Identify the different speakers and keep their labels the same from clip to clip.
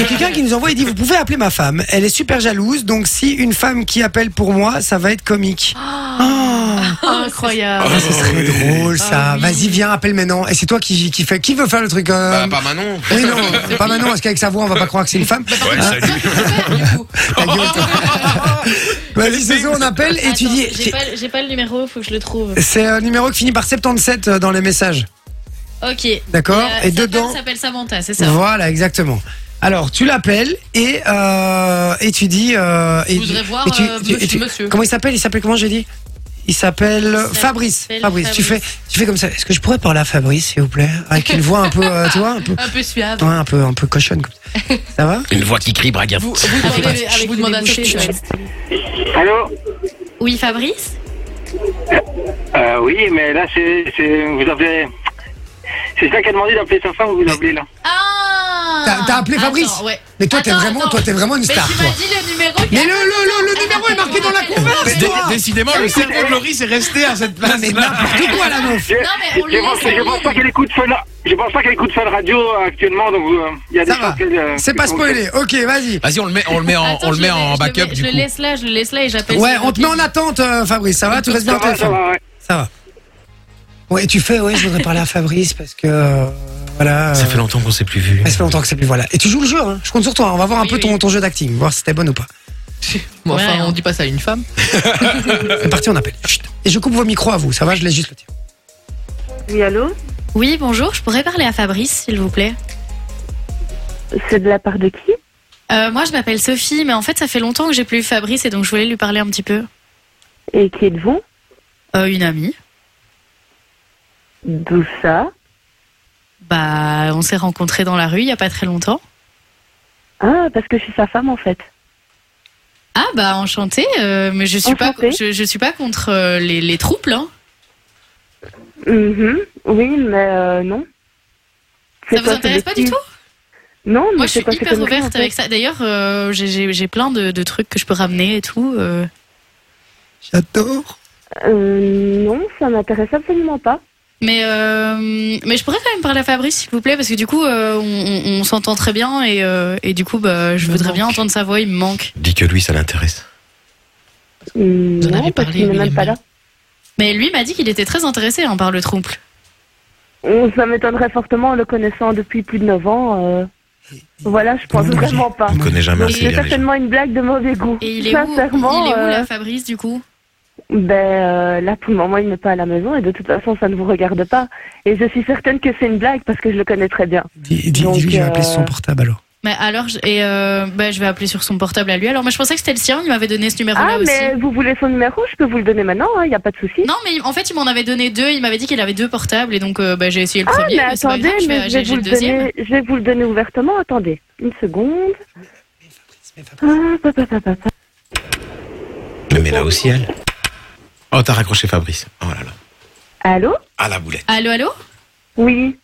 Speaker 1: a quelqu'un qui nous envoie et dit Vous pouvez appeler ma femme. Elle est super jalouse, donc si une femme qui appelle pour moi, ça va être comique.
Speaker 2: Incroyable.
Speaker 1: Ah, ce serait drôle ça.
Speaker 2: oui.
Speaker 1: Vas-y, viens, appelle maintenant. Et c'est toi qui, qui fait. Qui veut faire le truc euh,
Speaker 3: Bah, pas Bah, Manon.
Speaker 1: Oui, non, pas maintenant, parce qu'avec sa voix, on va pas croire que c'est une femme.
Speaker 3: Ouais, salut.
Speaker 1: Ta gueule, toi. Vas-y, Zozo, on appelle et tu
Speaker 2: Attends,
Speaker 1: dis.
Speaker 2: J'ai pas, le- j'ai pas le numéro, faut que je le trouve.
Speaker 1: C'est un numéro qui finit par 77 euh, dans les messages.
Speaker 2: Ok.
Speaker 1: D'accord.
Speaker 2: Euh,
Speaker 1: Et
Speaker 2: sa femme
Speaker 1: dedans-
Speaker 2: s'appelle Samantha, c'est ça.
Speaker 1: Voilà, exactement. Alors, tu l'appelles et, euh, et tu dis. euh, et,
Speaker 4: Je voudrais voir, euh, monsieur- monsieur.
Speaker 1: Comment il s'appelle Il s'appelle comment j'ai dit il s'appelle
Speaker 2: s'appelle
Speaker 1: Fabrice. Fabrice. Tu fais,
Speaker 2: Fabrice.
Speaker 1: tu fais comme ça. Est-ce que je pourrais parler à Fabrice, s'il vous plaît, avec une voix un peu, euh, tu vois, un peu,
Speaker 4: Un peu suave.
Speaker 1: ouais, un peu, un peu cochonne. Comme ça. ça va
Speaker 3: Une voix qui crie, Braga.
Speaker 4: Vous, vous demandez-
Speaker 2: Avec-
Speaker 4: je
Speaker 2: avec
Speaker 4: vous
Speaker 2: les
Speaker 4: demande à
Speaker 2: débouchés,
Speaker 4: tous.
Speaker 2: tu
Speaker 5: Allô
Speaker 2: vois. Oui, Fabrice
Speaker 5: euh, Oui, mais là, c'est. c'est- Vous avez. C'est ça qui a demandé d'appeler sa femme, vous appelez là.
Speaker 2: Ah
Speaker 1: T'as- t'as appelé Fabrice
Speaker 2: Attends, ouais.
Speaker 1: Mais toi, t'es
Speaker 2: Attends,
Speaker 1: vraiment,
Speaker 2: attends.
Speaker 1: toi, t'es vraiment une
Speaker 2: Mais
Speaker 1: star,
Speaker 2: tu
Speaker 1: toi.
Speaker 2: m'as dit le numéro. qui-
Speaker 1: Mais le, le, le, le numéro est marqué dans la converse, toi.
Speaker 3: Décidément, le cerveau de Laurie s'est resté à cette place.
Speaker 1: Mais n'importe quoi, la meuf.
Speaker 5: Je,
Speaker 2: Non, mais on
Speaker 5: je
Speaker 2: le
Speaker 5: pense,
Speaker 2: laisse, on
Speaker 5: je
Speaker 2: le
Speaker 5: pense pas
Speaker 2: laisse.
Speaker 5: qu'elle écoute Fun, je pense pas qu'elle écoute Fun Radio euh, actuellement, donc euh, il y a des
Speaker 1: Ça
Speaker 5: choses
Speaker 1: va.
Speaker 5: qu'elle. euh,
Speaker 1: C'est pas
Speaker 5: qu'elle-
Speaker 1: spoilé. Ok, vas-y.
Speaker 3: Vas-y, on le met, on le met en,
Speaker 2: Attends,
Speaker 3: on le
Speaker 2: je
Speaker 3: met
Speaker 2: mets-
Speaker 3: en
Speaker 2: je le
Speaker 3: backup
Speaker 2: mets-
Speaker 3: du
Speaker 2: Je
Speaker 3: coup.
Speaker 2: le laisse là, je le laisse là et j'appelle.
Speaker 1: Ouais,
Speaker 2: sur le
Speaker 1: on te met en
Speaker 2: rapide.
Speaker 1: attente, euh, Fabrice. Ça va Tu restes bien
Speaker 5: Ça
Speaker 1: au
Speaker 5: va, ça
Speaker 1: téléphone
Speaker 5: va, ouais.
Speaker 1: Ça va. Ouais, tu fais, ouais, je voudrais parler à Fabrice parce que. euh, voilà. euh,
Speaker 3: Ça fait longtemps qu'on s'est plus vu.
Speaker 1: ouais, ça fait longtemps que c'est plus. Voilà. Et tu joues le jeu, hein. Je compte sur toi. On va voir un
Speaker 2: Oui,
Speaker 1: peu ton,
Speaker 2: oui.
Speaker 1: ton jeu d'acting, voir si t'es bonne ou pas.
Speaker 4: Bon, enfin,
Speaker 2: Ouais,
Speaker 4: on dit pas ça à une femme.
Speaker 6: Euh,
Speaker 1: C'est parti, on appelle. Chut. Et je coupe vos micros à vous, ça va Je laisse juste le tien.
Speaker 6: Oui, allô
Speaker 2: Oui, bonjour, je pourrais parler à Fabrice, s'il vous plaît.
Speaker 6: C'est de la part de qui
Speaker 2: Euh, moi, je m'appelle Sophie, mais en fait, ça fait longtemps que j'ai plus eu Fabrice et donc je voulais lui parler un petit peu.
Speaker 6: Et qui êtes-vous
Speaker 2: Euh, une amie.
Speaker 6: D'où ça
Speaker 2: Bah, on s'est rencontrés dans la rue il y a pas très longtemps.
Speaker 6: Ah, parce que je suis sa femme en fait.
Speaker 2: Ah bah enchantée, euh, mais je suis pas,
Speaker 6: Enchantée.
Speaker 2: je, je suis pas contre euh, les, les troubles. Hein.
Speaker 6: Mhm. Oui, mais euh, non. C'est
Speaker 2: Ça vous
Speaker 6: quoi ce
Speaker 2: intéresse pas du
Speaker 6: bêtise
Speaker 2: tout
Speaker 6: Non, mais
Speaker 2: Moi, je
Speaker 6: c'est
Speaker 2: suis
Speaker 6: quoi ces
Speaker 2: hyper
Speaker 6: conneries, en
Speaker 2: ouverte
Speaker 6: fait
Speaker 2: avec ça. D'ailleurs, euh, j'ai- j'ai j'ai plein de, de trucs que je peux ramener et tout. euh.
Speaker 1: J'adore.
Speaker 6: Euh, non, ça m'intéresse absolument pas.
Speaker 2: Mais euh, mais je pourrais quand même parler à Fabrice, s'il vous plaît, parce que du coup, euh, on, on- on s'entend très bien et, euh, et du coup, bah, je
Speaker 4: me
Speaker 2: voudrais
Speaker 4: manque.
Speaker 2: bien entendre sa voix. Il me manque.
Speaker 3: Dis que lui, ça l'intéresse.
Speaker 6: Hum,
Speaker 4: Vous en
Speaker 6: non,
Speaker 4: avez
Speaker 6: parce
Speaker 4: parlé,
Speaker 6: qu'il n'est
Speaker 4: mais il
Speaker 6: même
Speaker 4: est
Speaker 6: pas là.
Speaker 4: mal.
Speaker 2: Mais lui m'a dit qu'il était très intéressé hein, par le trouble.
Speaker 6: Hum, Ça m'étonnerait fortement en le connaissant depuis plus de 9 ans. euh. Voilà, je pense
Speaker 1: Comment on dit
Speaker 6: vraiment pas.
Speaker 3: On connaît jamais
Speaker 6: Donc,
Speaker 3: assez
Speaker 6: C'est
Speaker 3: bien les gens.
Speaker 6: certainement une blague de mauvais goût.
Speaker 2: Et il est où
Speaker 6: Sincèrement,
Speaker 2: Il est où
Speaker 6: euh,
Speaker 2: là, Fabrice, du coup
Speaker 6: Ben euh, là, pour le moment, il n'est pas à la maison et de toute façon, ça ne vous regarde pas. Et je suis certaine que c'est une blague parce que je le connais très bien.
Speaker 1: Dis-lui
Speaker 6: Donc,
Speaker 1: que je vais appeler sur son
Speaker 6: euh,
Speaker 1: portable alors.
Speaker 2: Mais alors, je, et euh, bah, je vais appeler sur son portable à lui. Alors, moi, je pensais que c'était le sien. Il m'avait donné ce numéro-là
Speaker 6: Ah, mais vous voulez son numéro Je peux vous le donner maintenant, hein, il n'y a pas de souci.
Speaker 2: aussi. Non, mais il- en fait, il m'en avait donné deux. Il m'avait dit qu'il avait deux portables, et donc euh, bah, j'ai essayé le premier.
Speaker 6: Ah, mais
Speaker 2: c'est pas
Speaker 6: attendez,
Speaker 2: grave, je
Speaker 6: mais
Speaker 2: vais-
Speaker 6: je vais,
Speaker 2: j'ai j'ai
Speaker 6: vous
Speaker 2: le
Speaker 6: le
Speaker 2: deuxième.
Speaker 6: donner, je vais vous le donner ouvertement. Attendez, une seconde. Ah, pa, pa, pa, pa, pa.
Speaker 3: Le met là aussi, elle. Oh, t'as raccroché Fabrice. Oh là là.
Speaker 6: Allô
Speaker 3: À la boulette.
Speaker 2: Allô, allô
Speaker 6: Oui.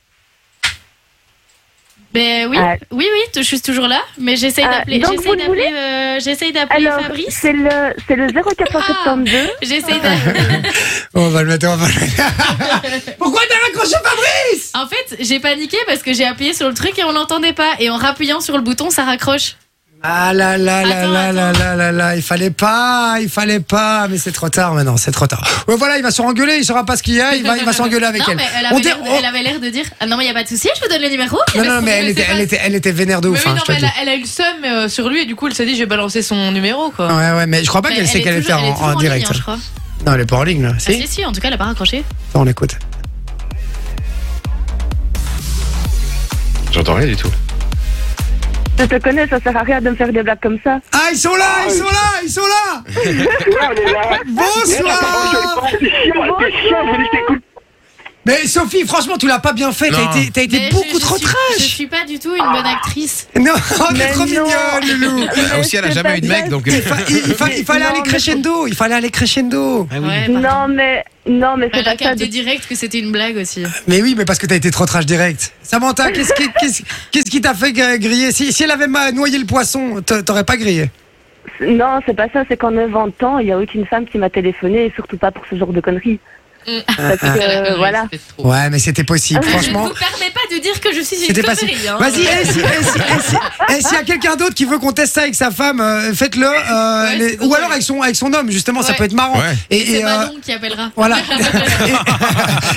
Speaker 2: Ben oui,
Speaker 6: Ah.
Speaker 2: oui, oui, t- je suis toujours là, mais j'essaye
Speaker 6: Ah,
Speaker 2: d'appeler.
Speaker 6: donc
Speaker 2: J'essaye
Speaker 6: vous le voulez
Speaker 2: d'appeler euh, j'essaye d'appeler
Speaker 6: Alors,
Speaker 2: Fabrice.
Speaker 6: c'est le, c'est le 0472.
Speaker 2: J'essaye d'appeler.
Speaker 1: On va le mettre, on va le mettre. Pourquoi t'as raccroché Fabrice
Speaker 2: En fait, j'ai paniqué parce que j'ai appuyé sur le truc et on l'entendait pas. Et en rappuyant sur le bouton, ça raccroche.
Speaker 1: Ah là là là
Speaker 2: Attends,
Speaker 1: là là
Speaker 2: attends.
Speaker 1: là là là, il fallait pas, il fallait pas, mais c'est trop tard maintenant, c'est trop tard. Ouais, voilà, il va se rengueuler, il saura pas ce qu'il y a, il va, il va s'engueuler avec
Speaker 2: non,
Speaker 1: elle.
Speaker 2: mais elle
Speaker 1: On
Speaker 2: avait
Speaker 1: dé-
Speaker 2: l'air de-
Speaker 1: on-
Speaker 2: elle avait l'air de dire Ah non, mais il n'y a pas de souci, je vous donne le numéro.
Speaker 1: Non,
Speaker 2: Parce
Speaker 1: non,
Speaker 2: qu'on
Speaker 1: mais elle
Speaker 2: connaissait
Speaker 1: était,
Speaker 2: pas
Speaker 1: elle était, elle était vénère de
Speaker 4: Mais
Speaker 1: ouf,
Speaker 4: oui,
Speaker 1: hein,
Speaker 4: non,
Speaker 1: je te
Speaker 4: mais
Speaker 1: le
Speaker 4: elle,
Speaker 1: dis.
Speaker 4: a, elle a eu le seum euh, sur lui et du coup elle s'est dit je vais balancer son numéro quoi.
Speaker 1: Ouais, ouais, mais je crois pas
Speaker 2: Mais
Speaker 1: qu'elle sait
Speaker 2: est
Speaker 1: qu'elle était
Speaker 2: toujours-
Speaker 1: en,
Speaker 2: elle est
Speaker 1: en
Speaker 2: toujours ligne,
Speaker 1: direct.
Speaker 2: hein, je crois.
Speaker 1: non, elle est pas en ligne, là.
Speaker 2: Ah, si,
Speaker 1: Si,
Speaker 2: si, en tout cas, elle a pas raccroché.
Speaker 1: Attends, on écoute.
Speaker 3: J'entends rien du tout.
Speaker 2: Ah
Speaker 6: Je te connais, ça sert à rien de me faire des blagues comme ça.
Speaker 1: Ah, ils sont là, ils sont là, ils sont là
Speaker 5: Ouais, on est là.
Speaker 1: Bonsoir
Speaker 5: T'es chiant, t'es chiant, je vous dis que t'écoutes.
Speaker 1: Mais Sophie, franchement, tu l'as pas bien fait, t'as
Speaker 3: Non.
Speaker 1: été, t'as été
Speaker 2: Mais
Speaker 1: beaucoup
Speaker 2: Ben, je- je
Speaker 1: trop
Speaker 2: suis- Je
Speaker 1: trash
Speaker 2: suis pas du tout
Speaker 6: Ah.
Speaker 2: une bonne actrice.
Speaker 1: Non, t'es
Speaker 6: Mais
Speaker 1: trop
Speaker 6: non.
Speaker 1: mignonne, Loulou
Speaker 6: Mais
Speaker 3: aussi, Bah, elle a
Speaker 6: c'est
Speaker 3: jamais
Speaker 6: pas
Speaker 3: eu de mec, donc. euh,
Speaker 1: Il, fa- il- il fa- il fallait
Speaker 6: Non,
Speaker 1: aller
Speaker 6: mais-
Speaker 1: crescendo, il fallait aller crescendo
Speaker 3: Ah
Speaker 2: Ouais, pardon.
Speaker 6: Non, mais, non, mais c'est
Speaker 2: Elle a
Speaker 6: pas ça.
Speaker 2: capté direct que c'était une blague aussi.
Speaker 1: Mais oui, mais parce que t'as été trop trash direct. Samantha, qu'est-ce qui, qu'est-ce, qu'est-ce qui t'a fait euh, griller si, si elle avait ma- noyé le poisson, t'a- t'aurais pas grillé.
Speaker 6: Non, c'est pas ça, c'est qu'en 9 ans de temps, il n'y a aucune femme qui m'a téléphoné, et surtout pas pour ce genre de conneries. Parce que,
Speaker 1: Ah,
Speaker 6: euh, voilà.
Speaker 1: Ouais, mais c'était possible.
Speaker 2: Je ne
Speaker 1: Franchement,
Speaker 2: vous permets pas de dire que je suis une
Speaker 1: C'était pas
Speaker 2: connerie. hein.
Speaker 1: Vas-y, eh, si- eh, si- eh, si- eh, s'il y a quelqu'un d'autre qui veut qu'on teste ça avec sa femme, euh, faites-le. euh,
Speaker 2: Ouais,
Speaker 1: les-
Speaker 2: c'est
Speaker 1: ou
Speaker 2: drôle.
Speaker 1: alors avec son, avec son homme, justement, ça
Speaker 2: Ouais.
Speaker 1: peut être marrant.
Speaker 3: Ouais.
Speaker 1: Et,
Speaker 2: C'est
Speaker 1: et, euh,
Speaker 2: Manon qui appellera.
Speaker 1: voilà.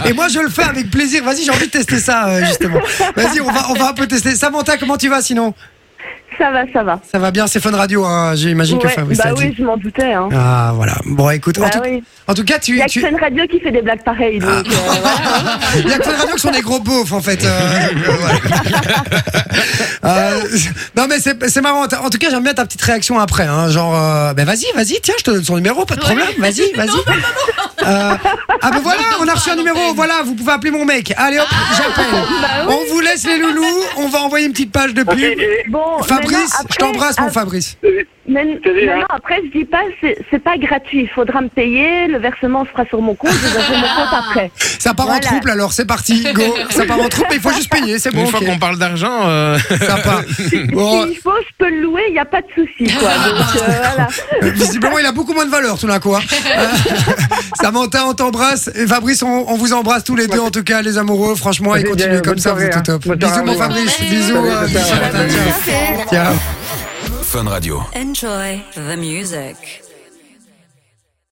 Speaker 1: et, et moi, je le fais avec plaisir. Vas-y, j'ai envie de tester ça, euh, justement. Vas-y, on va, on va un peu tester. Samantha, comment tu vas sinon
Speaker 6: Ça va, ça va.
Speaker 1: Ça va bien, c'est Fun Radio, hein, j'imagine que
Speaker 6: Ouais,
Speaker 1: Fabrice
Speaker 6: bah
Speaker 1: a dit.
Speaker 6: oui, je m'en doutais. Hein.
Speaker 1: Ah, voilà. Bon, écoute, en,
Speaker 6: Bah
Speaker 1: tout,
Speaker 6: oui.
Speaker 1: en tout cas, tu.
Speaker 6: Il y a que
Speaker 1: tu- Ah.
Speaker 6: Fun Radio qui fait des blagues pareilles. Donc, euh, voilà.
Speaker 1: Il y a que Fun Radio qui sont des gros beaufs en fait. Euh, voilà. Euh, non mais c'est c'est marrant. En tout cas j'aime bien ta petite réaction après. Hein, genre euh, ben vas-y vas-y tiens je te donne son numéro pas de
Speaker 2: Ouais.
Speaker 1: problème vas-y vas-y. Euh, ah ben voilà on a reçu un
Speaker 2: Non,
Speaker 1: numéro
Speaker 2: non.
Speaker 1: voilà vous pouvez appeler mon mec. Allez hop j'appelle. On vous laisse les loulous on va envoyer une petite page de
Speaker 5: Ok,
Speaker 1: pub.
Speaker 5: j'ai-
Speaker 6: Bon, maintenant,
Speaker 1: Fabrice
Speaker 6: après, ah.
Speaker 1: je t'embrasse mon
Speaker 6: ap-
Speaker 1: Fabrice.
Speaker 6: men-
Speaker 5: Salut,
Speaker 6: maintenant,
Speaker 5: hein.
Speaker 6: après, je dis pas, c'est c'est pas gratuit. Il faudra me payer. Le versement se fera sur mon compte. Je vous envoie mon compte après.
Speaker 1: Ça part en
Speaker 6: Voilà.
Speaker 1: trouble alors c'est parti go ça part en trouble mais il faut juste payer c'est
Speaker 3: Une
Speaker 1: bon.
Speaker 3: fois
Speaker 1: ok.
Speaker 3: qu'on parle d'argent, euh,
Speaker 1: Ça part. Bon,
Speaker 6: S'il faut, je peux le louer. Il n'y a pas de souci. quoi. Donc, euh, voilà.
Speaker 1: Euh, Visiblement, il a beaucoup moins de valeur tout d'un coup. hein. Euh, Samantha, on t'embrasse. Et Fabrice, on, on vous embrasse tous les deux, en tout cas, les amoureux. Franchement, et
Speaker 7: Vas-y,
Speaker 1: continuez
Speaker 7: Jay,
Speaker 1: comme
Speaker 7: bonne
Speaker 1: ça, vous
Speaker 7: soirée,
Speaker 1: êtes au top.
Speaker 7: hein. Bonne
Speaker 1: Bisous,
Speaker 7: soirée,
Speaker 1: mon
Speaker 7: à vous.
Speaker 1: Fabrice.
Speaker 2: Bye.
Speaker 1: Bisous,
Speaker 7: Salut,
Speaker 1: euh,
Speaker 7: bonne
Speaker 1: bisous,
Speaker 7: soirée.
Speaker 1: Samantha. Ciao. Ciao.
Speaker 8: Fun Radio.
Speaker 9: Enjoy the music.